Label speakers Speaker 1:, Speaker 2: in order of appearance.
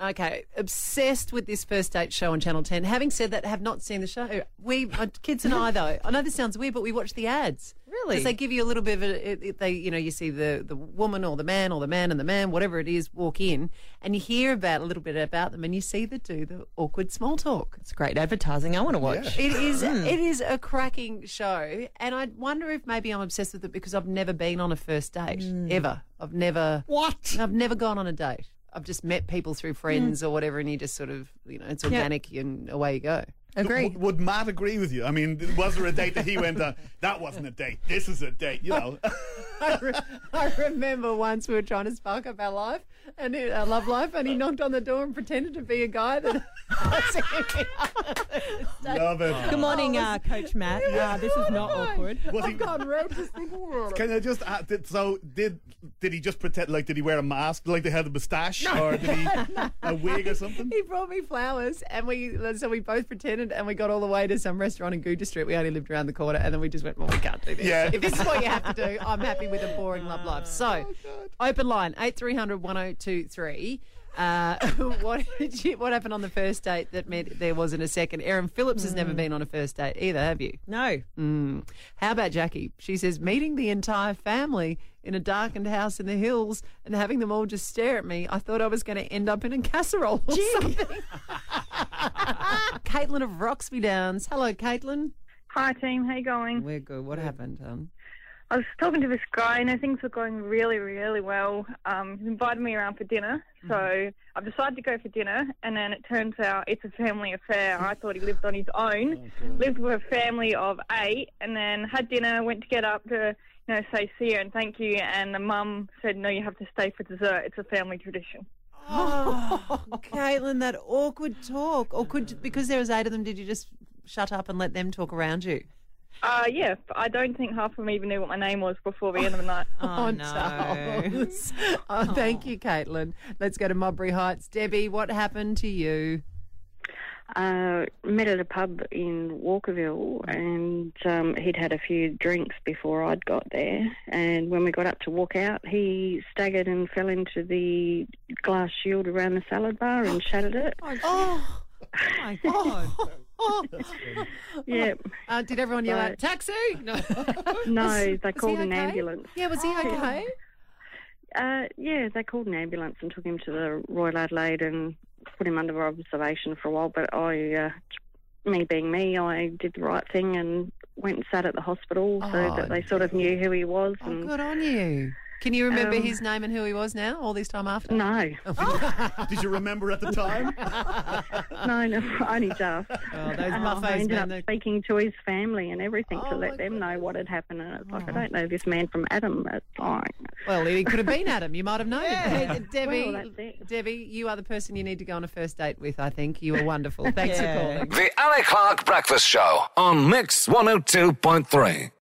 Speaker 1: Okay, obsessed with this first date show on Channel 10. Having said that, have not seen the show. We, my kids and I, though, I know this sounds weird, but we watch the ads.
Speaker 2: Really?
Speaker 1: 'Cause they give you a little bit of a, it, it- they, you know, you see the, the woman or the man or the man and the man, whatever it is, walk in and you hear about a little bit about them and you see the do the awkward small talk.
Speaker 2: It's great advertising. I want to watch.
Speaker 1: It is, it is a cracking show. And I wonder if maybe I'm obsessed with it because I've never been on a first date, ever. I've never.
Speaker 2: What?
Speaker 1: I've never gone on a date. I've just met people through friends or whatever, and you just sort of, you know, it's organic and away you go.
Speaker 2: Agree.
Speaker 3: Would, would Matt agree with you? I mean, was there a date that he went on? That wasn't a date. This is a date. You know.
Speaker 1: I, re- I remember once we were trying to spark up our life and he, our love life, and he knocked on the door and pretended to be a guy that.
Speaker 3: Love it.
Speaker 4: Good morning, uh, Coach Matt. Uh, this is
Speaker 1: "Oh
Speaker 4: not awkward.
Speaker 3: Was he,
Speaker 1: God, Red, just thinking about it.
Speaker 3: can I just ask, did, so did did he just pretend like did he wear a mask like they had a moustache or did he a wig or something?
Speaker 1: He brought me flowers, and we so we both pretended, and we got all the way to some restaurant in Gouda Street. We only lived around the corner, and then we just went, "Well, we can't do this.
Speaker 3: Yeah.
Speaker 1: If this is what you have to do, I'm happy with a boring love life." So, open line eight three hundred one zero two three. Uh, what did you, what happened on the first date that meant there wasn't a second? Erin Phillips has never been on a first date either, have you?
Speaker 4: No.
Speaker 1: How about Jackie? She says, meeting the entire family in a darkened house in the hills and having them all just stare at me. I thought I was going to end up in a casserole or something. Caitlin of Roxby Downs. Hello, Caitlin.
Speaker 5: Hi team, how you going?
Speaker 1: We're good. What happened? Um,
Speaker 5: I was talking to this guy, and things were going really, really well. Um, he invited me around for dinner, so I've decided to go for dinner. And then it turns out it's a family affair. I thought he lived on his own, lived with a family of eight, and then had dinner. Went to get up to, you know, say see you and thank you. And the mum said, "No, you have to stay for dessert. It's a family tradition."
Speaker 1: Oh, Caitlin, that awkward talk. Or could, because there was eight of them, did you just shut up and let them talk around you?
Speaker 5: Uh, yeah, but I don't think half of them even knew what my name was before the end of the night.
Speaker 4: Oh, no.
Speaker 1: Charles. Oh, thank you, Caitlin. Let's go to Mobbery Heights. Debbie, what happened to you?
Speaker 6: Uh, met at a pub in Walkerville, and um, he'd had a few drinks before I'd got there. And when we got up to walk out, he staggered and fell into the glass shield around the salad bar and shattered it.
Speaker 1: Oh,
Speaker 4: my God.
Speaker 6: Yeah,
Speaker 1: Uh, did everyone yell out
Speaker 6: Right.
Speaker 1: taxi? No.
Speaker 6: no, they
Speaker 1: he
Speaker 6: called an
Speaker 1: okay?
Speaker 6: ambulance.
Speaker 1: Yeah, was he okay?
Speaker 6: Uh, yeah, they called an ambulance and took him to the Royal Adelaide and put him under observation for a while. But I, uh, me being me, I did the right thing and went and sat at the hospital
Speaker 1: Oh,
Speaker 6: so that they sort of knew who he was.
Speaker 1: Oh,
Speaker 6: and
Speaker 1: good on you. Can you remember
Speaker 6: Mm. Um,
Speaker 1: his name and who he was now, all this time after?
Speaker 6: No,
Speaker 3: Did you remember at the time?
Speaker 6: no, no, only just.
Speaker 1: Oh, those
Speaker 6: Um, I
Speaker 1: buffets,
Speaker 6: ended
Speaker 1: man.
Speaker 6: up
Speaker 1: they-
Speaker 6: speaking to his family and everything
Speaker 1: Oh,
Speaker 6: to
Speaker 1: my Oh.
Speaker 6: let them know what had happened. And it's like, I don't know this man from Adam. It's like,
Speaker 1: Well, he could have been at him. You might have known him. Hey, Debbie,
Speaker 6: Well, that's it.
Speaker 1: Debbie, you are the person you need to go on a first date with, I think. You are wonderful. Thanks for calling.
Speaker 7: The Ally Clark Breakfast Show on Mix 102.3.